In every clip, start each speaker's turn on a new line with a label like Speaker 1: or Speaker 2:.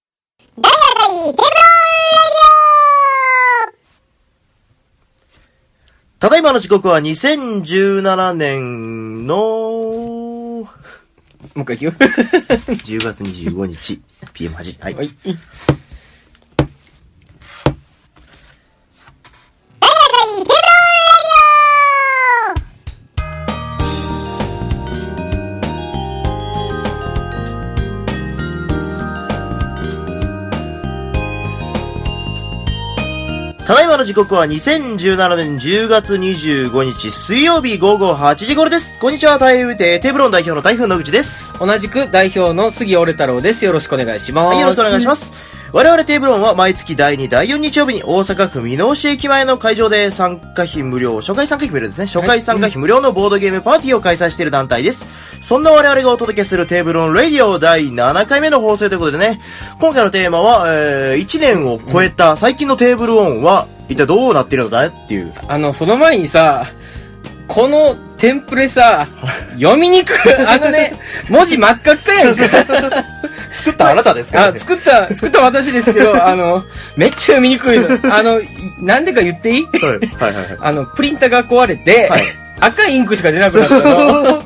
Speaker 1: 大学の旅、テーブルラジ
Speaker 2: ただいまの時刻は2017年の
Speaker 3: もう一回行く
Speaker 2: 10月25日 PM8。はい。
Speaker 3: よ。はい。
Speaker 1: オ大学の旅、テーブルラジ
Speaker 2: ただいまの時刻は2017年10月25日水曜日午後8時頃です。こんにちは、台風亭テーブロン代表の台風野口です。
Speaker 3: 同じく代表の杉折太郎です。よろしくお願いします。
Speaker 2: はい、よろしくお願いします。我々テーブロンは毎月第2、第4日曜日に大阪府美濃市駅前の会場で参加費無料、初回参加費無料ですね。初回参加費無料のボードゲームパーティーを開催している団体です。そんな我々がお届けするテーブロンレディオ第7回目の放送ということでね、今回のテーマは、え1年を超えた最近のテーブルオンは一体どうなっているのだっていう。
Speaker 3: あの、その前にさ、このテンプレさ、読 みにくい。あのね、文字真っ赤っかやんか。
Speaker 2: 作ったあなたですか
Speaker 3: あ、作った、作った私ですけど、あの、めっちゃ読みにくいの。あの、いなんでか言っていい
Speaker 2: はい はいはいはい。
Speaker 3: あの、プリンターが壊れて、
Speaker 2: はい
Speaker 3: 赤いインクしか出なくなった の。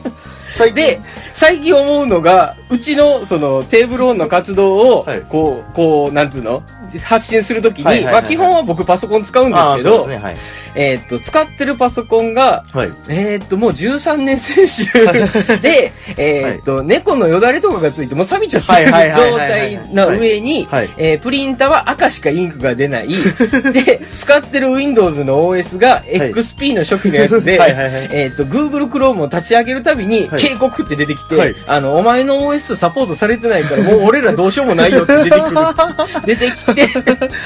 Speaker 2: 最近
Speaker 3: で、最近思うのが、うちの、その、テーブルオンの活動を
Speaker 2: はい、
Speaker 3: こう、こう、なんつうの発信するときに、
Speaker 2: はいはいはい
Speaker 3: まあ基本は僕パソコン使うんで
Speaker 2: あ
Speaker 3: す
Speaker 2: ー
Speaker 3: け
Speaker 2: そう
Speaker 3: ど、
Speaker 2: ですね、はい。
Speaker 3: えーっと、使ってるパソコンが、
Speaker 2: はい。
Speaker 3: えーっと、もう13年先週 で、えーっと、猫のよだれとかがついて、もう錆びちゃってる状
Speaker 2: はいはいはいはいはい
Speaker 3: 態の上に
Speaker 2: はいはい、
Speaker 3: えープリンターは赤しかインクが 出ない。で、使ってる Windows の OS が XP の初期のやつで、
Speaker 2: はいはいはい
Speaker 3: えーっと、Google Chrome を立ち上げるたびに
Speaker 2: はい
Speaker 3: 警告って出てきて、
Speaker 2: はい
Speaker 3: あの、お前の OS とサポートされてないから、もう俺らどうしようもないよって出てくる。 出てきて、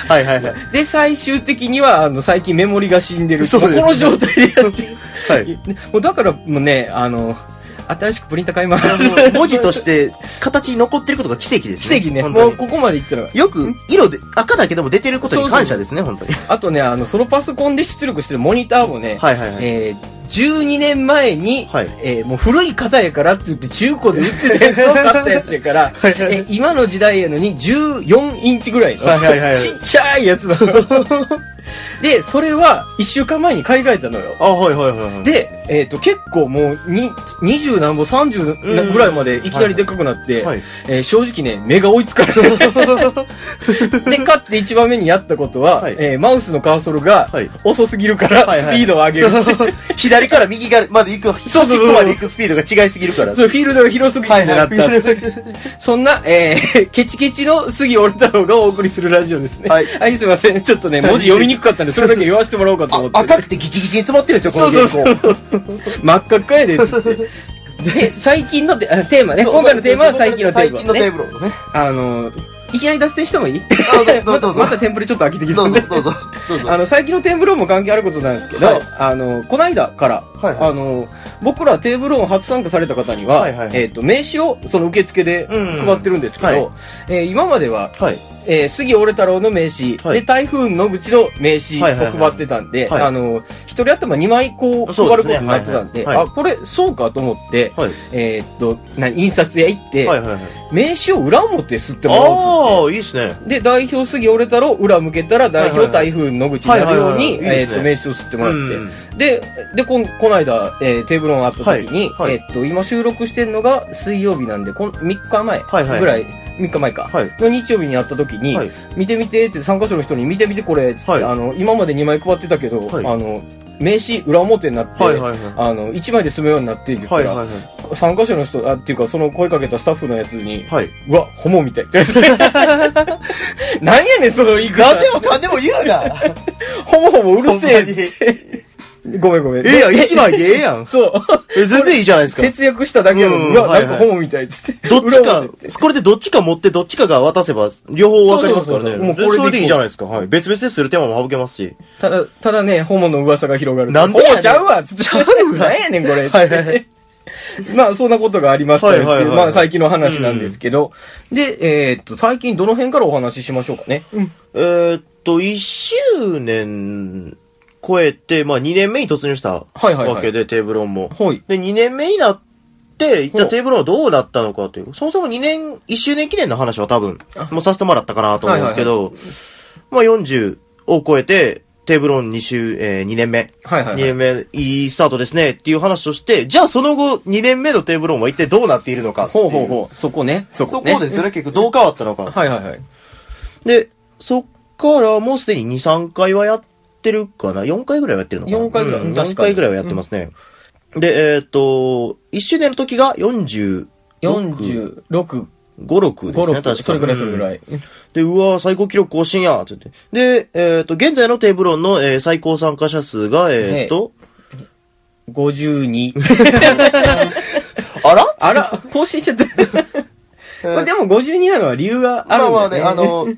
Speaker 2: はいはいはい。
Speaker 3: で、最終的には、あの、最近メモリが死んでる。
Speaker 2: そうですね
Speaker 3: もこの状態でやってる。
Speaker 2: はい。
Speaker 3: もうだから、もうね、あの、新しくプリンター買います。
Speaker 2: あの文字として形に残ってることが奇跡です
Speaker 3: 奇
Speaker 2: ね。
Speaker 3: 跡ね。
Speaker 2: 本
Speaker 3: も
Speaker 2: 当
Speaker 3: う
Speaker 2: に
Speaker 3: ここまでいったら。
Speaker 2: よく、色で、赤だけでも出てることに感謝ですね、本当に。
Speaker 3: あとね、あの、そのパソコンで出力してるモニターもね、
Speaker 2: はいはいはい。
Speaker 3: えー、12年前に、
Speaker 2: はい
Speaker 3: えーもう古い方やからって言って中古で売ってたやつを買ったやつやから、えー今の時代やのに14インチぐらいの、
Speaker 2: はいはいはい
Speaker 3: ちっちゃいやつだで、それは1週間前に買い替えたのよ。
Speaker 2: あ、はいはいはいはい。、
Speaker 3: で、えっ、と、結構もう、に、20何歩、30なぐらいまでいきなりでっかくなって、
Speaker 2: はい。
Speaker 3: えー正直ね、目が追いつかれて。 で、勝って一番目にやったことは、
Speaker 2: はい
Speaker 3: えーマウスのカーソルが
Speaker 2: はい
Speaker 3: 遅すぎるから、
Speaker 2: はい
Speaker 3: ス
Speaker 2: はい
Speaker 3: ピードを上げる。
Speaker 2: 左から右がまで行く、
Speaker 3: そうそ
Speaker 2: 端
Speaker 3: うそう
Speaker 2: っこまで行くスピードが違いすぎるから。
Speaker 3: それフィールドが広すぎるっ
Speaker 2: は
Speaker 3: て
Speaker 2: い
Speaker 3: な
Speaker 2: は
Speaker 3: った。
Speaker 2: い。
Speaker 3: そんな、えー ケチケチの杉折太郎がお送りするラジオですね。
Speaker 2: はい
Speaker 3: はい、すいません。ちょっとね、文字読みにくかったんで、それだけ言わせてもらおうかと思
Speaker 2: あ
Speaker 3: って。
Speaker 2: 赤くてギチギチに詰まってるんですよ、こ
Speaker 3: そ
Speaker 2: の原
Speaker 3: うそう
Speaker 2: 稿。
Speaker 3: そう。真っ赤っかやでっつって。で、最近のテあテーマね。
Speaker 2: そう
Speaker 3: 今回のテーマは最近のテー
Speaker 2: 最近の
Speaker 3: マね
Speaker 2: テ。ーブルをね。
Speaker 3: あの、いきなり脱線してもいい
Speaker 2: どうぞどうぞ
Speaker 3: またまたテンプレちょっと飽きてき
Speaker 2: ど
Speaker 3: た
Speaker 2: うんぞ
Speaker 3: で。
Speaker 2: どうぞ。どうぞ。
Speaker 3: あの、最近のテーブルオンも関係あることなんですけど、
Speaker 2: はい
Speaker 3: あの、こないだから、
Speaker 2: はいはい
Speaker 3: あの、僕らテーブルオン初参加された方には、
Speaker 2: はいはいはい
Speaker 3: えっ、と、名刺をその受付で
Speaker 2: うん
Speaker 3: 配ってるんですけど、
Speaker 2: はい
Speaker 3: えー今までは、
Speaker 2: はい。
Speaker 3: えー杉折太郎の名刺、
Speaker 2: はい
Speaker 3: で、台風野口の名刺
Speaker 2: はいはいは
Speaker 3: を
Speaker 2: い
Speaker 3: 配ってたんで、
Speaker 2: はい
Speaker 3: あの、一人頭2枚こう配
Speaker 2: そうで
Speaker 3: る
Speaker 2: す
Speaker 3: こと
Speaker 2: ね
Speaker 3: になってたんで、
Speaker 2: はいはいはい
Speaker 3: あ、これそうかと思って、
Speaker 2: はい。
Speaker 3: えーっと、な印刷屋行って、
Speaker 2: はいはいはい。
Speaker 3: 名刺を裏表吸ってもらおうっつって
Speaker 2: ああ、いいですね。
Speaker 3: で、代表杉折れたろ、裏向けたら代
Speaker 2: はい
Speaker 3: 表
Speaker 2: はいは
Speaker 3: 台風野口になるよう
Speaker 2: はい
Speaker 3: に、
Speaker 2: はいはいはいい
Speaker 3: え
Speaker 2: いで
Speaker 3: ーっ
Speaker 2: す
Speaker 3: と、
Speaker 2: ね
Speaker 3: 名刺を吸ってもら
Speaker 2: う
Speaker 3: っ
Speaker 2: ん
Speaker 3: て。で、で、こん、この間、えーテーブルオンあった時に、
Speaker 2: はいはい
Speaker 3: えーっと、今収録してんのが水曜日なんで、こん3日前
Speaker 2: はいはい
Speaker 3: ぐらい、3日前か。
Speaker 2: はい。
Speaker 3: の日曜日に会った時に、
Speaker 2: はい
Speaker 3: 見て見てって参加者の人に見て見てこれっつって、
Speaker 2: はい
Speaker 3: あの今まで2枚配ってたけど、
Speaker 2: はい
Speaker 3: あの名刺裏表になって、
Speaker 2: はいはいはい。
Speaker 3: あの1枚で済むようになってって言った
Speaker 2: はい
Speaker 3: ら、
Speaker 2: はい
Speaker 3: 参加者の人あっていうかその声かけたスタッフのやつに、
Speaker 2: はい。はい。
Speaker 3: うわホモみたい って言われてなんやねんその言い方
Speaker 2: 何でもかんでも言う な
Speaker 3: ホモホモうるせえっつっ
Speaker 2: え
Speaker 3: てごめんごめん
Speaker 2: えやん、一枚でええやん。
Speaker 3: そう
Speaker 2: え全然いいじゃないですか。
Speaker 3: 節約しただけやのに、
Speaker 2: うん
Speaker 3: うわ、
Speaker 2: はいはい
Speaker 3: なんかホモみたいっつって
Speaker 2: どっち
Speaker 3: 裏
Speaker 2: か
Speaker 3: 表って、
Speaker 2: これでどっちか持ってどっちかが渡せば、両方分かりますから
Speaker 3: そう
Speaker 2: ね。
Speaker 3: そうそうそうも
Speaker 2: そ
Speaker 3: うこれで
Speaker 2: れそれでいいじゃないですか。はい。別々でする手間も省けますし。
Speaker 3: ただただねホモの噂が広がる
Speaker 2: なんで
Speaker 3: ホ
Speaker 2: やねん
Speaker 3: モちゃうわっつって
Speaker 2: わ
Speaker 3: なんやねんこれっつっ て
Speaker 2: はいはいはい
Speaker 3: まあ、そんなことがありましたよっていう、
Speaker 2: はいはいはい
Speaker 3: まあ、最近の話なんですけど、で、えーっと、最近どの辺からお話ししましょうかね。
Speaker 2: えーっと、1周年超えて、まあ2年目に突入したわ
Speaker 3: はいはいはい
Speaker 2: けで、テーブルオンも。
Speaker 3: はい。
Speaker 2: で、2年目になっって行ったテーブルはどうだったのかという、そもそも2年、1周年記念の話は多分、もうさせてもらったかなと思うんですけど、まあ40を超えて、テーブロン2週、え2年目。
Speaker 3: はいはいは
Speaker 2: 2
Speaker 3: い
Speaker 2: 年目、いいスタートですね、っていう話をして、じゃあその後、2年目のテーブロンは一体どうなっているのかってい
Speaker 3: ほうほうほう。そこね。そ
Speaker 2: そ
Speaker 3: こね。
Speaker 2: こですよね、結局どう変わったのか。
Speaker 3: はいはいはい。
Speaker 2: で、そっからもうすでに2、3回はやってるかな ?4 回ぐらいはやってるのかな
Speaker 3: 4回ぐらい
Speaker 2: うん
Speaker 3: 確かに
Speaker 2: 4回ぐらいはやってますね。で、えっ、と、1周年の時が45、
Speaker 3: 46、5、
Speaker 2: 6ですね、確か
Speaker 3: 6、
Speaker 2: に。
Speaker 3: それぐらいそれぐらい。
Speaker 2: で、うわー最高記録更新やって言って。で、えっ、と、現在のテーブロンの、えー最高参加者数が、えっ、と、
Speaker 3: 52。
Speaker 2: あら
Speaker 3: あら、更新し ちゃった。 これでも52なのは理由が
Speaker 2: ま
Speaker 3: ある
Speaker 2: あ
Speaker 3: ん
Speaker 2: まあ
Speaker 3: だよね。
Speaker 2: ね、あ の、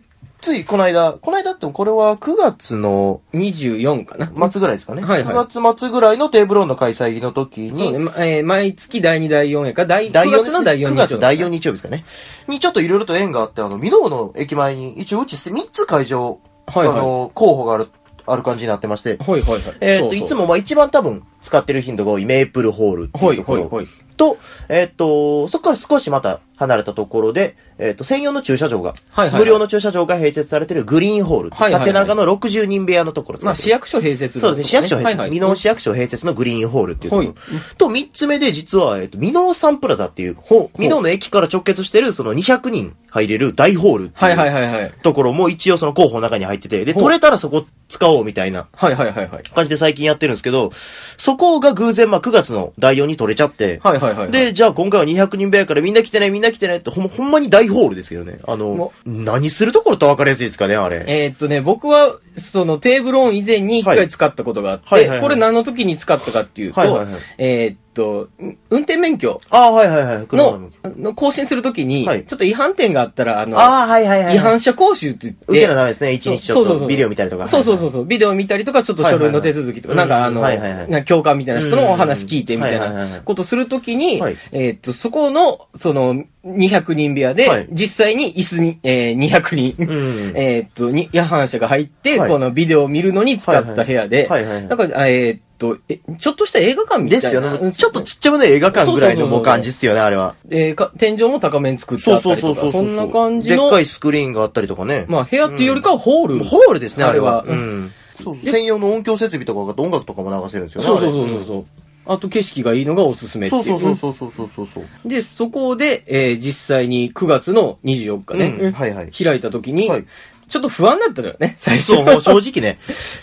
Speaker 2: ついこの間、この間ってもこれは9月の
Speaker 3: 24かな。
Speaker 2: 末ぐらいですかね。
Speaker 3: はいはい
Speaker 2: 9月末ぐらいのテーブロンの開催の時
Speaker 3: そう
Speaker 2: に、
Speaker 3: ね、まえー毎月第2、第4やから、第
Speaker 2: 第
Speaker 3: 9
Speaker 2: 4
Speaker 3: 月の第4日。
Speaker 2: 9月第4日曜日ですかね。にちょっといろいろと縁があって、あの、ミノーの駅前に、一応うち3つ会場、
Speaker 3: はいはい
Speaker 2: あの、候補がある、ある感じになってまして、
Speaker 3: はいはいはい。
Speaker 2: えっ、
Speaker 3: そう
Speaker 2: と、
Speaker 3: そう
Speaker 2: いつもまあ一番多分使ってる頻度が多いメープルホールっていうところ。
Speaker 3: はいはいはい
Speaker 2: と、えっ、と、そこから少しまた離れたところで、えっ、と、専用の駐車場が、
Speaker 3: はいはいはい
Speaker 2: 無料の駐車場が併設されてるグリーンホールっていう、
Speaker 3: はいはいはい
Speaker 2: 縦長の60人部屋のところ使
Speaker 3: ま
Speaker 2: っ
Speaker 3: あ、
Speaker 2: てる
Speaker 3: 市役所併設の
Speaker 2: そう
Speaker 3: こ
Speaker 2: ですね。
Speaker 3: と
Speaker 2: 市役所併設。
Speaker 3: はいはい。
Speaker 2: 美濃市役所併設のグリーンホールっていうところ。
Speaker 3: はい
Speaker 2: と、三つ目で実は、えっと、美濃サンプラザっていう
Speaker 3: ほうほ、う
Speaker 2: 美濃の駅から直結してる、その200人入れる大ホールって
Speaker 3: はいいはいうはいはい。
Speaker 2: ところも一応その候補の中に入ってて、で、
Speaker 3: ほう
Speaker 2: 取れたらそこ使おうみたいな
Speaker 3: はいはいはいはい。
Speaker 2: 感じで最近やってるんですけど、そこが偶然、まあ9月の第4に取れちゃって、
Speaker 3: はいはいはいはい。、
Speaker 2: で、じゃあ今回は200人部屋からみんな来てね、みんな来てねって、ほんほんまに大ホールですよね。あの
Speaker 3: も、
Speaker 2: 何するところと分かりやすいですかね、あれ。
Speaker 3: えーっとね、僕は、そのテーブルオン以前に一
Speaker 2: はい
Speaker 3: 回使ったことがあって、
Speaker 2: はいはいはい
Speaker 3: これ何の時に使ったかっていうと、
Speaker 2: はいはいはい
Speaker 3: えーっと、ん運転免許
Speaker 2: ああ、はいはいはい。車の
Speaker 3: の、の更新するときに、
Speaker 2: はい
Speaker 3: ちょっと違反点があったら、あの、
Speaker 2: ああ、はいはいはい。
Speaker 3: 違反者講習って言って、
Speaker 2: 受けなダメですね。一日ちょっ
Speaker 3: そうそうそ
Speaker 2: と
Speaker 3: う
Speaker 2: ビデオ見たりとか。
Speaker 3: そうそうそうそう。ビデオ見たりとか、ちょっと書類の手続きとか、
Speaker 2: はいは
Speaker 3: ないん
Speaker 2: はい
Speaker 3: かあの、
Speaker 2: はいはいはい
Speaker 3: なんか教官みたいな人のお話聞いてみたい
Speaker 2: うんはいはいはい
Speaker 3: なことするときに
Speaker 2: はい、
Speaker 3: えーっと、そこの、その、200人部屋
Speaker 2: はい
Speaker 3: で、実際に椅子に、えー200人、
Speaker 2: うん
Speaker 3: えーっと、に、違反者が入って、
Speaker 2: はい
Speaker 3: このビデオを見るのに使った部屋で、
Speaker 2: はいはいはいはいはい
Speaker 3: だから、えーっと、え、ちょっとした映画館みた
Speaker 2: で
Speaker 3: いな。
Speaker 2: すよね。ちょっとちっちゃめの映画館ぐらいの
Speaker 3: そうそうそうそう
Speaker 2: もう感じっすよね、あれは。
Speaker 3: えーか天井も高めに作ってあったりとか、そんな感じ
Speaker 2: でっ
Speaker 3: の
Speaker 2: か、いスクリーンがあったりとかね。
Speaker 3: まあ部屋っていうよりかはホール。
Speaker 2: ホールですね、あれは。
Speaker 3: あれは
Speaker 2: うんそうそう専用の音響設備とかが音楽とかも流せるんですよね。
Speaker 3: そうそう
Speaker 2: あ
Speaker 3: そうそうそう。あと景色がいいのがおすす
Speaker 2: れ
Speaker 3: めってい
Speaker 2: そう
Speaker 3: う。
Speaker 2: そうそうそうそうそうそうそう。
Speaker 3: で、そこで、えー実際に9月の24日ね、
Speaker 2: うんはいはい
Speaker 3: 開いた時に、
Speaker 2: はい
Speaker 3: ちょっと不安だったのよね、最初。
Speaker 2: そう、もう正直ね。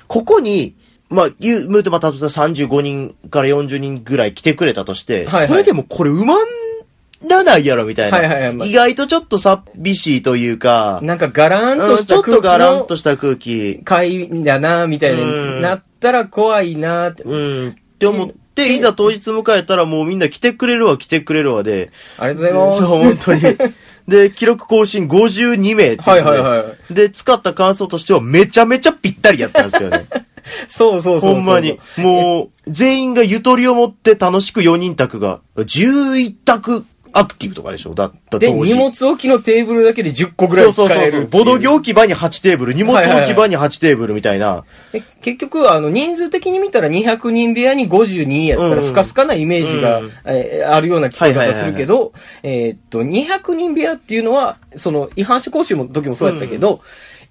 Speaker 2: ここに、まあ、言う、むとまた、例えば35人から40人ぐらい来てくれたとして、
Speaker 3: はいはい
Speaker 2: それでもこれ埋まらないやろ、みたいな。
Speaker 3: はいはいはいまあ
Speaker 2: 意外とちょっと寂しいというか、
Speaker 3: なんかガラーンと
Speaker 2: うん
Speaker 3: し
Speaker 2: ちょ
Speaker 3: た
Speaker 2: っとガ
Speaker 3: 空
Speaker 2: ラン
Speaker 3: 気
Speaker 2: と
Speaker 3: の
Speaker 2: した空気、
Speaker 3: 会だな、みたいになったら怖いなって。
Speaker 2: うん、って思って、いざ当日迎えたらもうみんな来てくれるわ、来てくれるわで、
Speaker 3: ありがとう
Speaker 2: で
Speaker 3: ござい
Speaker 2: そう、
Speaker 3: ます。
Speaker 2: 本当に。 で、記録更新52名ってうので
Speaker 3: はいはいは
Speaker 2: で、使った感想としてはめちゃめちゃぴったりやったんですよ ね。
Speaker 3: そうそうそうそう。
Speaker 2: ほんまに。もう、全員がゆとりを持って楽しく4人宅が、11宅アクティブとかでしょだった
Speaker 3: で、荷物置きのテーブルだけで10個ぐら
Speaker 2: そう
Speaker 3: い
Speaker 2: そう
Speaker 3: 使
Speaker 2: そ
Speaker 3: え
Speaker 2: うそ
Speaker 3: るっていう
Speaker 2: う。ボドゲ置き場に8テーブル、荷物置き場に8テーブルみたいな。
Speaker 3: で結局、あの、人数的に見たら200人部屋に52やった
Speaker 2: うんう
Speaker 3: ら
Speaker 2: ん
Speaker 3: スカスカなイメージが、
Speaker 2: うん
Speaker 3: えーあるような聞こえ方するけど、えーっと、200人部屋っていうのは、その、違反者講習の時もそうやったけど、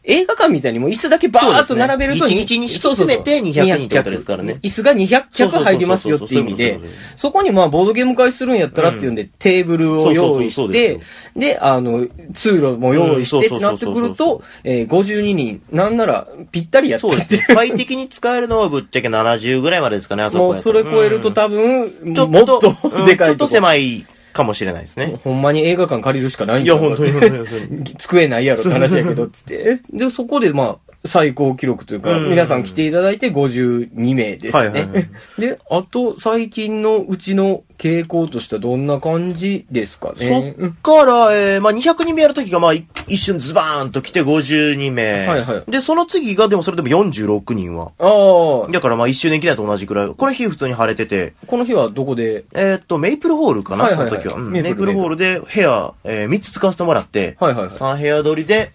Speaker 3: 映画館みたいにもう椅子だけバーッと並べると、
Speaker 2: そうですね一日に敷き詰めて200人ってことですからね
Speaker 3: 200椅子が200脚入りますよっていう意味
Speaker 2: そう
Speaker 3: で
Speaker 2: そうそうそうそういうことそういうこ、
Speaker 3: そこにまあ、ボードゲーム会するんやったらっていうんで、テーブルを用意
Speaker 2: そうそうそうそう
Speaker 3: し
Speaker 2: です
Speaker 3: て
Speaker 2: よ、
Speaker 3: で、あの、通路も用意し
Speaker 2: うん
Speaker 3: てっ
Speaker 2: そうそ
Speaker 3: てな
Speaker 2: う
Speaker 3: っ
Speaker 2: そう
Speaker 3: て
Speaker 2: そうそう
Speaker 3: くると、えー52人、なんならぴったりやった
Speaker 2: そう
Speaker 3: っ
Speaker 2: で
Speaker 3: て
Speaker 2: すね。 快適に使えるのはぶっちゃけ70ぐらいまでですかね、あそ
Speaker 3: も
Speaker 2: こ
Speaker 3: う
Speaker 2: やと
Speaker 3: それ超えると多分、
Speaker 2: ちょ
Speaker 3: もっ
Speaker 2: っとう
Speaker 3: と
Speaker 2: ん
Speaker 3: でかい
Speaker 2: ちょっと
Speaker 3: い。
Speaker 2: 狭いかもしれないです ね。
Speaker 3: ほんまに映画館借りるしかないん
Speaker 2: い
Speaker 3: じゃ
Speaker 2: や、
Speaker 3: ん
Speaker 2: 本当に本 当に本当に。
Speaker 3: 机ないやろって話やけど、つって。で、そこでまあ、最高記録というか、
Speaker 2: うん
Speaker 3: 皆さん来ていただいて52名ですね。
Speaker 2: はいはいはい
Speaker 3: で、あと、最近のうちの傾向としてはどんな感じですかね。
Speaker 2: そっから、えー、まあ、200人目やるときが、まあ、い一瞬ズバーンと来て52名。
Speaker 3: はいはい
Speaker 2: で、その次が、でもそれでも46人は。
Speaker 3: ああ、こ
Speaker 2: だからまあ、一周年記念と同じくらい。この日普通に晴れてて、
Speaker 3: の日はどこで
Speaker 2: えーっと、メイプルホールかな、
Speaker 3: はいはいはい
Speaker 2: その時は。うんメ
Speaker 3: メ
Speaker 2: イ
Speaker 3: イ
Speaker 2: プ
Speaker 3: プ
Speaker 2: ル
Speaker 3: ル
Speaker 2: ホールで部屋、えー、3つ使わせてもらって、
Speaker 3: はいはいはい
Speaker 2: 3部屋取りで、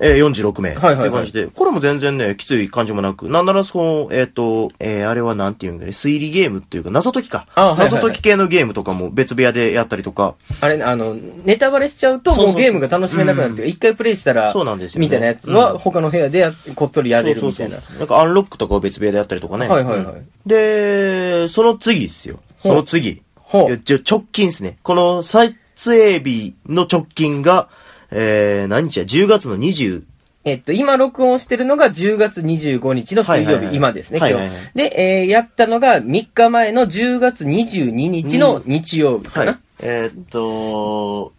Speaker 2: えー、46名。
Speaker 3: はいはいはい
Speaker 2: って感じで、これも全然ね、きつい感じもなく、なんならその、えっ、と、えー、あれはなんていうんだね、推理ゲームっていうか、謎解きか。
Speaker 3: あはいはいはい
Speaker 2: 謎解き系のゲームとかも別部屋でやったりとか、
Speaker 3: あれね、あの、ネタバレしちゃうと、
Speaker 2: そうそう
Speaker 3: も
Speaker 2: そう
Speaker 3: うゲームが楽しめなくなるっていうか、一回プレイしたら、
Speaker 2: そうなんですよね
Speaker 3: みたいなやつ
Speaker 2: うん
Speaker 3: は、他の部屋でやこっそりやれる
Speaker 2: そう
Speaker 3: み
Speaker 2: そ
Speaker 3: た
Speaker 2: う
Speaker 3: い
Speaker 2: そ
Speaker 3: な
Speaker 2: う。。なんかアンロックとかを別部屋でやったりとかね。
Speaker 3: はいはいはい
Speaker 2: うんで、その次ですよ。
Speaker 3: ほ
Speaker 2: そうの次。
Speaker 3: ほう
Speaker 2: いやちょ直近ですね。この撮影日の直近が、えー、何日や ?10 月の20、
Speaker 3: えっと、今録音してるのが10月25日の水
Speaker 2: はい
Speaker 3: 曜
Speaker 2: はいはい
Speaker 3: 日、今ですね、今
Speaker 2: はい
Speaker 3: 日
Speaker 2: はいはい。
Speaker 3: で、えーやったのが3日前の10月22日の日曜日か
Speaker 2: はい
Speaker 3: な。。
Speaker 2: えーっと、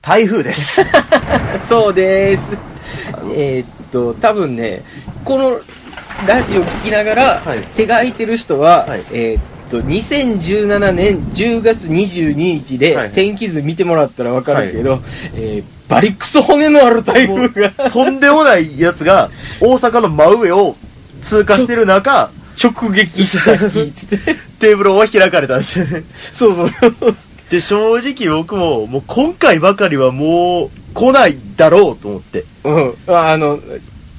Speaker 2: 台風です。
Speaker 3: そうです。 えーっと、多分ね、このラジオ聞きながら、
Speaker 2: はい
Speaker 3: 手が空いてる人は、
Speaker 2: はい
Speaker 3: えーっと、2017年10月22日で、
Speaker 2: はい
Speaker 3: 天気図見てもらったらわかるけど、えーバリクソ骨のある台風が
Speaker 2: とんでもないやつが、大阪の真上を通過してる中、
Speaker 3: 直撃した日つって。
Speaker 2: テーブルは開かれたんですよね。
Speaker 3: そうそうそう。
Speaker 2: で、正直僕も、もう今回ばかりはもう来ないだろうと思って。
Speaker 3: うん。ああの、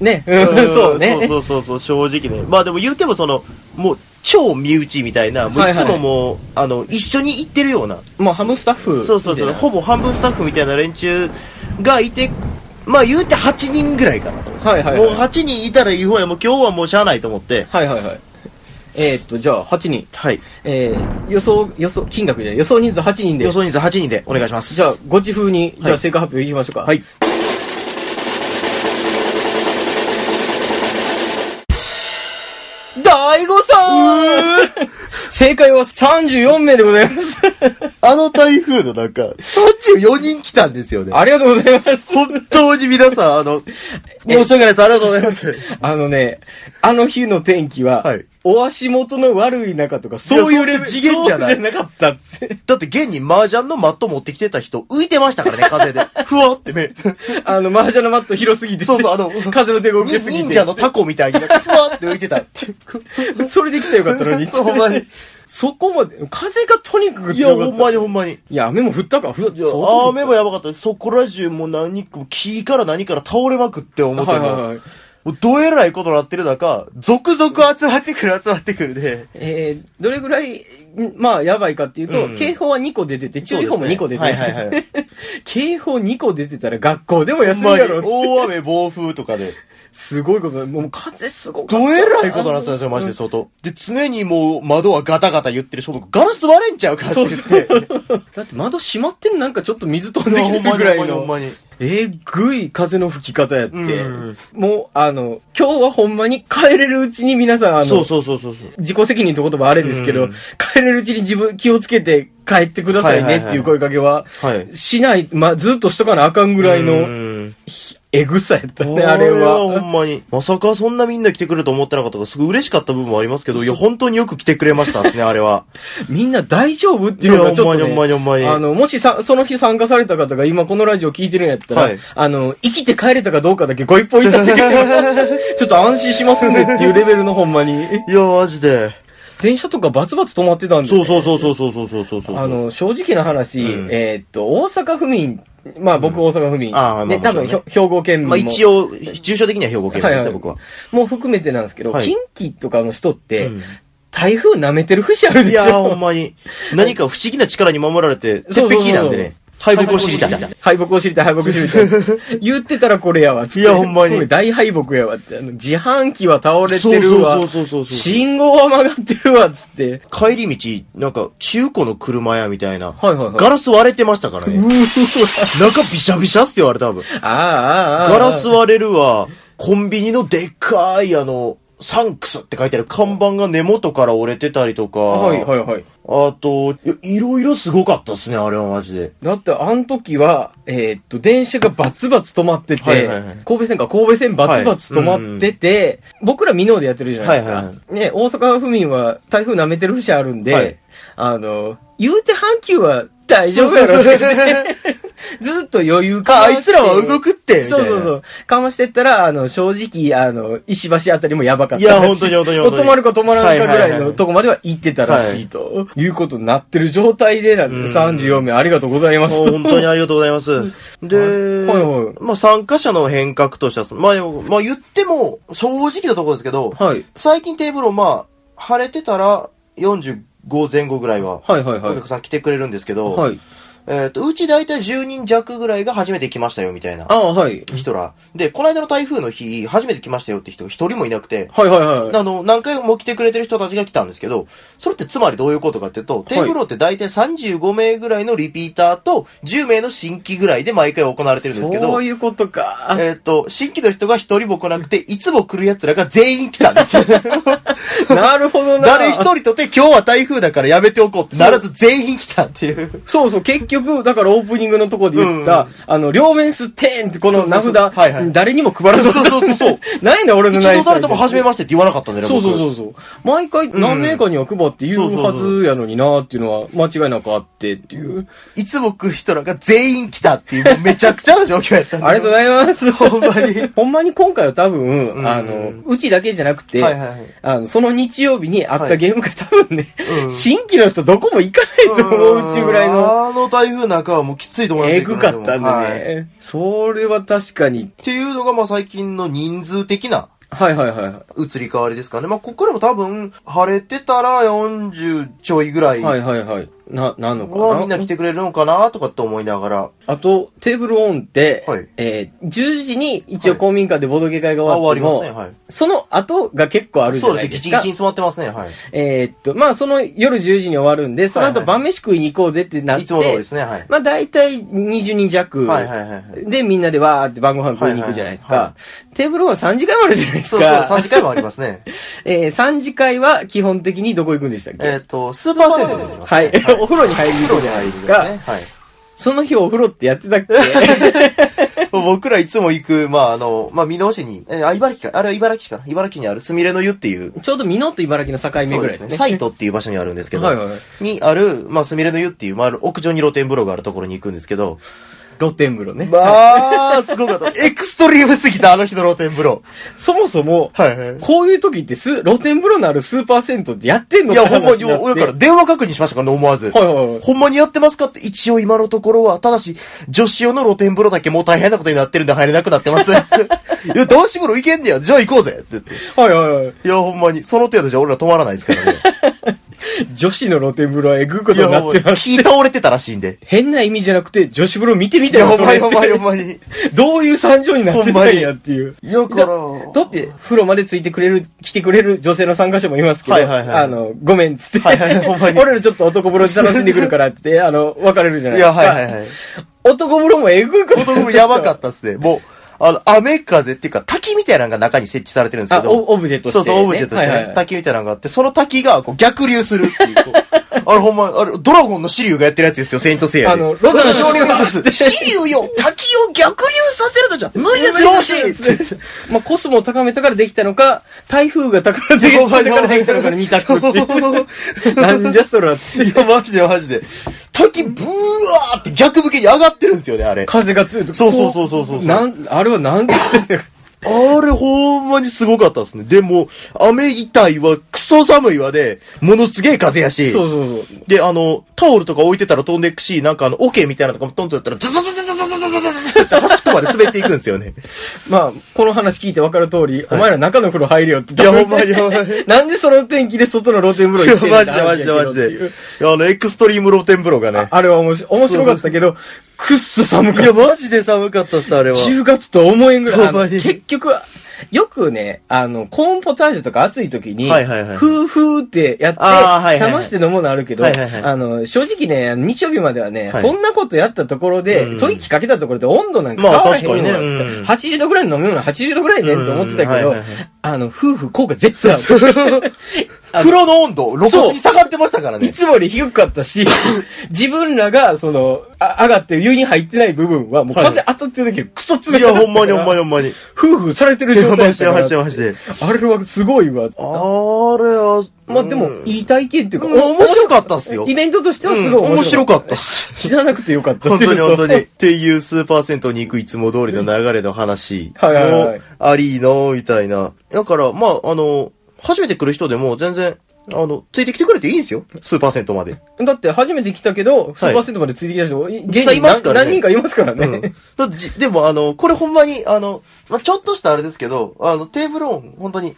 Speaker 3: ね、うん
Speaker 2: ん
Speaker 3: そうね。
Speaker 2: そうそうそうそう、正直ね。まあでも言うてもその、もう超身内みたいな、もう
Speaker 3: はい
Speaker 2: い
Speaker 3: はい
Speaker 2: つももう、あの、一緒に行ってるような、
Speaker 3: もうハムスタッフ。
Speaker 2: そうそうそう、ほぼ半分スタッフみたいな連中がいて、まあ言うて8人ぐらいかなと。
Speaker 3: はいはいはい
Speaker 2: もう8人いたらいい方や、もう今日はもうしゃあないと思って。
Speaker 3: はいはいはい。えーっと、じゃあ、8人。
Speaker 2: はい。
Speaker 3: えー、予想、予想、金額じゃない、予想人数8人で
Speaker 2: 予。想人数8人でお願いします。
Speaker 3: じゃあ、ご自風に、
Speaker 2: い
Speaker 3: じゃあ正解発表いきましょうか。
Speaker 2: はい。
Speaker 3: 大悟さん正解は34名でございます。
Speaker 2: あの台風のなんか、34人来たんですよね。
Speaker 3: ありがとうございます。
Speaker 2: 本当に皆さん、あの、申し訳ないです。ありがとうございます。
Speaker 3: あのね、あの日の天気は、
Speaker 2: はい
Speaker 3: お足元の悪い中とか、そういうレベル
Speaker 2: いやそんな次元じゃない
Speaker 3: そうじゃなかったっつって。
Speaker 2: だって現に麻雀のマット持ってきてた人、浮いてましたからね、風 で。ふわってね。
Speaker 3: あの、麻雀のマット広すぎて、
Speaker 2: そうそうあの
Speaker 3: 風の手が受けすぎて。
Speaker 2: 忍者のタコみたいになんかふわって浮い てたって。
Speaker 3: それで来たらよかったのに。
Speaker 2: ほんまに。
Speaker 3: そこまで、風がとにかく
Speaker 2: いや、
Speaker 3: 強か
Speaker 2: ほ
Speaker 3: った。
Speaker 2: んまにほんまに。
Speaker 3: いや、雨も降ったか、ふ
Speaker 2: いや、
Speaker 3: 相当降った
Speaker 2: 雨もやばかったですそこら中もう何か、木から何から倒れまくって思って
Speaker 3: はい
Speaker 2: も、
Speaker 3: はいはい。
Speaker 2: もうどえらいことになってる中、続々集まってくる集まってくるで、
Speaker 3: えー、どれぐらい、んまあ、やばいかっていうと、
Speaker 2: うん
Speaker 3: 警報は2個出てて、注意報も2個出て
Speaker 2: は
Speaker 3: て、
Speaker 2: いはいはい。
Speaker 3: 警報2個出てたら学校でも
Speaker 2: ほ
Speaker 3: 休
Speaker 2: ん
Speaker 3: み
Speaker 2: ま
Speaker 3: や
Speaker 2: に
Speaker 3: ろっつって
Speaker 2: 大雨、暴風とかで。
Speaker 3: すごいことだもう風すごか
Speaker 2: ど
Speaker 3: った。
Speaker 2: えらいことになって たんですよ、マジで相当。で、常にもう窓はガタガタ言ってるし、僕ガラス割れんちゃうかって言って。
Speaker 3: だって窓閉まってんのなんかちょっと水飛ん
Speaker 2: い
Speaker 3: で
Speaker 2: や
Speaker 3: き
Speaker 2: ほ
Speaker 3: て
Speaker 2: んまに
Speaker 3: るぐらい
Speaker 2: ほんま
Speaker 3: の。
Speaker 2: に。
Speaker 3: えぐい風の吹き方やって、
Speaker 2: うん
Speaker 3: もう、あの、今日はほんまに帰れるうちに皆さん、あの、
Speaker 2: そうそうそうそうそう。
Speaker 3: 自己責任って言葉あれですけ
Speaker 2: う
Speaker 3: ど、
Speaker 2: ん
Speaker 3: 帰れるうちに自分気をつけて帰ってください
Speaker 2: はい
Speaker 3: ね
Speaker 2: はい
Speaker 3: っ
Speaker 2: はい
Speaker 3: ていう声かけは、
Speaker 2: はい
Speaker 3: しない、まあ、ずっとしとかなあかんぐらいの、
Speaker 2: の。
Speaker 3: えぐさやったね、
Speaker 2: あ
Speaker 3: あ
Speaker 2: れ
Speaker 3: れ
Speaker 2: はほ
Speaker 3: は。
Speaker 2: んまに。まさかそんなみんな来てくれると思ってなかったから、すごい嬉しかった部分もありますけど、いや、本当によく来てくれましたですね、あれは。
Speaker 3: みんな大丈夫っていうのがちょっと、ね。
Speaker 2: いやほんまにほんまにほんまに
Speaker 3: あの、もしさ、その日参加された方が今このラジオ聞いてるんやったら、
Speaker 2: はい
Speaker 3: あの、生きて帰れたかどうかだけご一報いただければ ちょっと安心しますんでっていうレベルのほんまに。
Speaker 2: いや、マジで。
Speaker 3: 電車とかバツバツ止まってたんで、
Speaker 2: そうそうそうそうそうそうそうそうそう。
Speaker 3: あ、の、正直な話、
Speaker 2: うん
Speaker 3: えーっと、大阪府民、まあ僕大阪府民、
Speaker 2: んあーまあ
Speaker 3: で、
Speaker 2: もち
Speaker 3: 多
Speaker 2: ろんね
Speaker 3: 分ひょ兵庫県民も、
Speaker 2: まあ一応、住所的には兵庫県なんですね、僕は。
Speaker 3: もう含めてなんですけど、
Speaker 2: はい
Speaker 3: 近畿とかの人って、
Speaker 2: うん
Speaker 3: 台風舐めてる節あるで
Speaker 2: い
Speaker 3: しょ
Speaker 2: や、ほんまに。何か不思議な力に守られて、鉄壁なんでね。敗北を知りたい。
Speaker 3: 敗北を知りたい、敗北を知りたい。 言ってたらこれやわ、つって。
Speaker 2: いやほんまに
Speaker 3: これ大敗北やわって。あの自販機は倒れ
Speaker 2: そ
Speaker 3: て
Speaker 2: う
Speaker 3: る
Speaker 2: そ
Speaker 3: わ
Speaker 2: う。そうそうそう。
Speaker 3: 信号は曲がってるわ、つって。
Speaker 2: 帰り道、なんか、中古の車屋みたいな。
Speaker 3: はいはいはい
Speaker 2: ガラス割れてましたからね。
Speaker 3: うーわ。
Speaker 2: 中ビシャビシャっすよ、あれ多分。
Speaker 3: ああ、ああ、ああ。
Speaker 2: ガラス割れるわ。コンビニのでっかい、あの、サンクスって書いてある看板が根元から折れてたりとか。
Speaker 3: はいはいはい。
Speaker 2: あと、いいろいろすごかったっすね、あれはマジで。
Speaker 3: だって、あの時は、えーっと、電車がバツバツ止まってて、
Speaker 2: はいはいはい
Speaker 3: 神戸線か、神戸線バツバツ止まってて、僕ら美濃でやってるじゃないですか。
Speaker 2: はいはいは
Speaker 3: ね、大阪府民は台風舐めてる節あるんで、
Speaker 2: はい
Speaker 3: あの、言うて阪急は大丈夫やろって言って ずっと余裕かまして
Speaker 2: ああいつらは動くってみたい
Speaker 3: そ
Speaker 2: な
Speaker 3: うそうそう。かましてったら、あの、正直、あの、石橋あたりもやばかった
Speaker 2: いや
Speaker 3: らし
Speaker 2: 本当に本当に本当に
Speaker 3: 止まるか止まらないかぐ
Speaker 2: は
Speaker 3: ら
Speaker 2: いはいいはいは
Speaker 3: の
Speaker 2: い
Speaker 3: とこまでは行ってたらしいと。いうことになってる状態で、なんで34名ありがとうございます
Speaker 2: も
Speaker 3: と。
Speaker 2: う本当にありがとうございます。で、
Speaker 3: はいはいはい
Speaker 2: まあ参加者の変革としてはその、まあでも、まあ言っても正直なところですけど、
Speaker 3: はい。
Speaker 2: 最近テーブルをまあ、晴れてたら45前後ぐらいは、
Speaker 3: はいはい
Speaker 2: お
Speaker 3: はい
Speaker 2: 客。さん来てくれるんですけど、
Speaker 3: はい。
Speaker 2: えっ、と、うち大体10人弱ぐらいが初めて来ましたよ、みたいな
Speaker 3: ああ、はい。
Speaker 2: 人ら。で、この間の台風の日、初めて来ましたよって人が一人もいなくて、
Speaker 3: はいはいはい。
Speaker 2: あの、何回も来てくれてる人たちが来たんですけど、それってつまりどういうことかっていうと、テーブルって大体35名ぐらいのリピーターと10名の新規ぐらいで毎回行われてるんですけど、
Speaker 3: そういうことか。
Speaker 2: えっ、と、新規の人が一人も来なくて、いつも来る奴らが全員来たん ですよ。
Speaker 3: なるほどな。
Speaker 2: 誰一人とて今日は台風だからやめておこうってならず全員来たっていう。
Speaker 3: そうそう、結局、だからオープニングのところで言った、
Speaker 2: うん
Speaker 3: あの、両面すってんって、この名
Speaker 2: そうそうそう
Speaker 3: 札
Speaker 2: はいはい、
Speaker 3: 誰にも配らず、
Speaker 2: そうそうそうそう。
Speaker 3: ないね、俺の
Speaker 2: 一
Speaker 3: ない
Speaker 2: 度誰とも初めましてって言わなかったんだよね、
Speaker 3: そうそう
Speaker 2: う。
Speaker 3: そうそう。毎回何名かには配って言うはずやのになっていうのは間違いなくあってっていう。
Speaker 2: いつも来る人らが全員来たっていう、もうめちゃくちゃな状況やったんだよ
Speaker 3: ありがとうございます。
Speaker 2: ほんまに。
Speaker 3: ほんまに今回は多分、
Speaker 2: うん
Speaker 3: あの、うちだけじゃなくて、
Speaker 2: はいはいはい
Speaker 3: あの、その日曜日にあっ
Speaker 2: は
Speaker 3: た
Speaker 2: い
Speaker 3: ゲーム会多分ね、
Speaker 2: うん
Speaker 3: 新規の人どこも行かないと思うっていうぐらいの、
Speaker 2: あの台風なんかはもうきついと思います
Speaker 3: え
Speaker 2: よ
Speaker 3: ぐかったんでね、
Speaker 2: はいっ
Speaker 3: それは確かに、
Speaker 2: ていうのが、まあ最近の人数的な
Speaker 3: はいはいはいはい。
Speaker 2: 移り変わりですかね。まあここでも多分、晴れてたら40ちょいぐらい
Speaker 3: はい
Speaker 2: は
Speaker 3: はいはい。な、なのかな。
Speaker 2: みんな来てくれるのかなとかって思いながら。
Speaker 3: あと、テーブルオンって、
Speaker 2: はい
Speaker 3: えー、10時に一応公民館でボードゲ会が
Speaker 2: あ、
Speaker 3: 終わっ
Speaker 2: 終わり
Speaker 3: ても、
Speaker 2: ますね。はい。
Speaker 3: その後が結構あるじ
Speaker 2: そ
Speaker 3: ゃ
Speaker 2: う
Speaker 3: な
Speaker 2: です
Speaker 3: い
Speaker 2: ね。
Speaker 3: で
Speaker 2: ギ
Speaker 3: す
Speaker 2: チ
Speaker 3: か。
Speaker 2: ギチに詰まってますね。はい。
Speaker 3: えーっと、まあその夜10時に終わるんで、その
Speaker 2: はいは
Speaker 3: 後
Speaker 2: い
Speaker 3: 晩飯食いに行こうぜってなって、
Speaker 2: いつも通りですね。はい。
Speaker 3: まあ大体20人弱。
Speaker 2: はいはいはいはい。
Speaker 3: で、みんなでわーって晩ご飯食いに行くじゃないですか。
Speaker 2: はいはいは
Speaker 3: テーブルオンは3時間もあるじゃないです
Speaker 2: そうそう、
Speaker 3: か。
Speaker 2: 3次会もありますね。
Speaker 3: えー、3次会は基本的にどこ行くんでしたっけ、
Speaker 2: えっと、スーパーセントでできます
Speaker 3: はい。 お風呂に入りに行こうじゃないですか。
Speaker 2: ねはい。
Speaker 3: その日お風呂ってやってたっけ
Speaker 2: 僕らいつも行く、まあ、あの、まあ、美濃市に、えー、あ、茨城か、あれは茨城かな茨城にあるすみれの湯っていう、
Speaker 3: ちょうど美濃と茨城の境目
Speaker 2: そう
Speaker 3: ぐら
Speaker 2: で
Speaker 3: いですす
Speaker 2: ね。
Speaker 3: ね。
Speaker 2: サイトっていう場所にあるんですけど、
Speaker 3: はいはいはい
Speaker 2: にある、まあ、すみれの湯っていう、まあ、屋上に露天風呂があるところに行くんですけど、
Speaker 3: 露天風呂ね。
Speaker 2: まあ、すごか った。エクストリームすぎた、あの人の露天風呂。
Speaker 3: そもそも、
Speaker 2: はいはい。
Speaker 3: こういう時ってす、露天風呂のあるスーパー銭湯ってやってんの
Speaker 2: い
Speaker 3: か
Speaker 2: や、ほんまに、
Speaker 3: 話になって
Speaker 2: 俺から電話確認しましたからね、思わず。
Speaker 3: はいはいはい。
Speaker 2: ほんまにやってますかって、一応今のところは、ただし、女子用の露天風呂だけもう大変なことになってるんで入れなくなってます。 いや、男子風呂行けんねや。じゃあ行こうぜって言って。
Speaker 3: はいはいはい。
Speaker 2: いや、ほんまに、その程度じゃ俺ら止まらないですからね。
Speaker 3: 女子の露天風呂はえぐい こ
Speaker 2: い
Speaker 3: と
Speaker 2: や、
Speaker 3: にな
Speaker 2: ほん
Speaker 3: って
Speaker 2: まに、
Speaker 3: ます。
Speaker 2: 気倒れてたらしいんで。
Speaker 3: 変な意味じゃなくて、女子風呂見てみ
Speaker 2: い
Speaker 3: た
Speaker 2: や、
Speaker 3: よ、
Speaker 2: ほん
Speaker 3: そ
Speaker 2: ま
Speaker 3: れ
Speaker 2: に、
Speaker 3: って
Speaker 2: ほんまに、ほんまに。
Speaker 3: どういう惨状になってたんやっていう。
Speaker 2: いや、
Speaker 3: だだって、風呂までついてくれる、来てくれる女性の参加者もいますけど、
Speaker 2: はいはいはい
Speaker 3: あの、ごめんっつって、
Speaker 2: はいはいはいほんまに
Speaker 3: 俺らちょっと男風呂で楽しんでくるからって言って、あの、別れるじゃない
Speaker 2: い
Speaker 3: です
Speaker 2: や、
Speaker 3: か。
Speaker 2: はいはいはい。
Speaker 3: 男風呂もえぐいこと
Speaker 2: 男風呂やばかったっすね。もう、あの、雨風っていうか、滝みたいなのが中に設置されてるんですけ
Speaker 3: あ
Speaker 2: ど。
Speaker 3: オオブジェとしてね
Speaker 2: そうそう、オブジェとしてね。
Speaker 3: はいはい
Speaker 2: 滝みたいなのがあって、その滝がこう逆流するっていう。 こうあれほんま、あれ、ドラゴンのシリウがやってるやつですよ、セイントセイヤで。
Speaker 3: あのロザの少年が
Speaker 2: シリウよ滝を逆流させるのじゃ無理ですよ、しって。
Speaker 3: まあ、コスモを高めたからできたのか、台風が高めたからできたのかの二択って いう。なんじゃそらっつって。
Speaker 2: いや、マジでマジで。滝ブワーって逆向けに上がってるんですよね、あれ。
Speaker 3: 風が強いと
Speaker 2: そうそうそうそうそう
Speaker 3: こなん、あれはなんて言 ってんのか。
Speaker 2: あれほんまにすごかったですね。でも、雨痛いわ、クソ寒いわで、ものすげえ風やし。
Speaker 3: そうそうそう。
Speaker 2: で、あの、タオルとか置いてたら飛んでいくし、なんかあの、オケみたいなのとかもトントンやったら、ズズズズズズズズズズズって端っこまで滑っていくんですよね。
Speaker 3: まあ、この話聞いて分かる通り、お前ら中の風呂入るよって
Speaker 2: い
Speaker 3: 言
Speaker 2: や、
Speaker 3: った
Speaker 2: ほんまに、ほんまに。い
Speaker 3: なんでその天気で外の露天風呂
Speaker 2: や
Speaker 3: 行ってんだ
Speaker 2: マジでマジでマジで。いや、あの、エクストリーム露天風呂がね。
Speaker 3: あれは面白い面白かったけど、くっそ寒か
Speaker 2: い
Speaker 3: った
Speaker 2: や、。マジで寒かったっす、あれは。
Speaker 3: 10月とは思えんぐらい。あ
Speaker 2: やば
Speaker 3: の
Speaker 2: い
Speaker 3: 結局、よくね、あの、コーンポタージュとか暑い時に、
Speaker 2: はいはいはい
Speaker 3: ふーふーってやって、
Speaker 2: あーはいはいはい
Speaker 3: 冷まして飲むのあるけど、
Speaker 2: はいはいはい
Speaker 3: あの、正直ね、あの日曜日まではね、
Speaker 2: はい
Speaker 3: そんなことやったところで、
Speaker 2: うん
Speaker 3: 取り引きかけたところで温度なんか
Speaker 2: まあ
Speaker 3: 変わらへんのよ、
Speaker 2: 確かにねうん
Speaker 3: 80度ぐらいの飲み物80度ぐらいね、と思ってたけど、
Speaker 2: うんはいはいはい
Speaker 3: あの、夫婦効果絶対ある。あの
Speaker 2: 風呂の温度、露骨に下がってましたから
Speaker 3: い
Speaker 2: ね。
Speaker 3: つもより低かっ たし、自分らが、その、あ上がって湯に入ってない部分は、もう
Speaker 2: はい
Speaker 3: 風当たってる時クソ冷た
Speaker 2: い
Speaker 3: か
Speaker 2: や、
Speaker 3: った
Speaker 2: ほんまにほんまに
Speaker 3: に。
Speaker 2: ほんまに。
Speaker 3: 夫婦されてる
Speaker 2: いや
Speaker 3: 状態
Speaker 2: マ
Speaker 3: で
Speaker 2: ジ
Speaker 3: した
Speaker 2: で
Speaker 3: か
Speaker 2: マジで
Speaker 3: ら。
Speaker 2: マジで。
Speaker 3: あれはすごいわ。
Speaker 2: あれは、
Speaker 3: まあでも
Speaker 2: う、ん
Speaker 3: いい体験っていうか、
Speaker 2: うん面白かったっすよ
Speaker 3: イベントとしてはすごい
Speaker 2: 面白
Speaker 3: った
Speaker 2: かったっす。
Speaker 3: 知らなくてよか った
Speaker 2: 本
Speaker 3: ってい
Speaker 2: 当
Speaker 3: う
Speaker 2: に
Speaker 3: のと
Speaker 2: 本当に。 っていうスーパー銭湯に行くいつも通りの流れの話
Speaker 3: はいはいはい
Speaker 2: もありの、みたいな。だから、まあ、あの、初めて来る人でも全然、あの、ついてきてくれていいんですよ。スーパー銭湯まで。
Speaker 3: だって初めて来たけど、スーパーセントまでついてきた人、
Speaker 2: 実際いますからね
Speaker 3: 何人かいますからね。
Speaker 2: うん。だってじ、でもあの、これほんまに、あの、まあ、ちょっとしたあれですけど、あの、テーブルオン、本当に、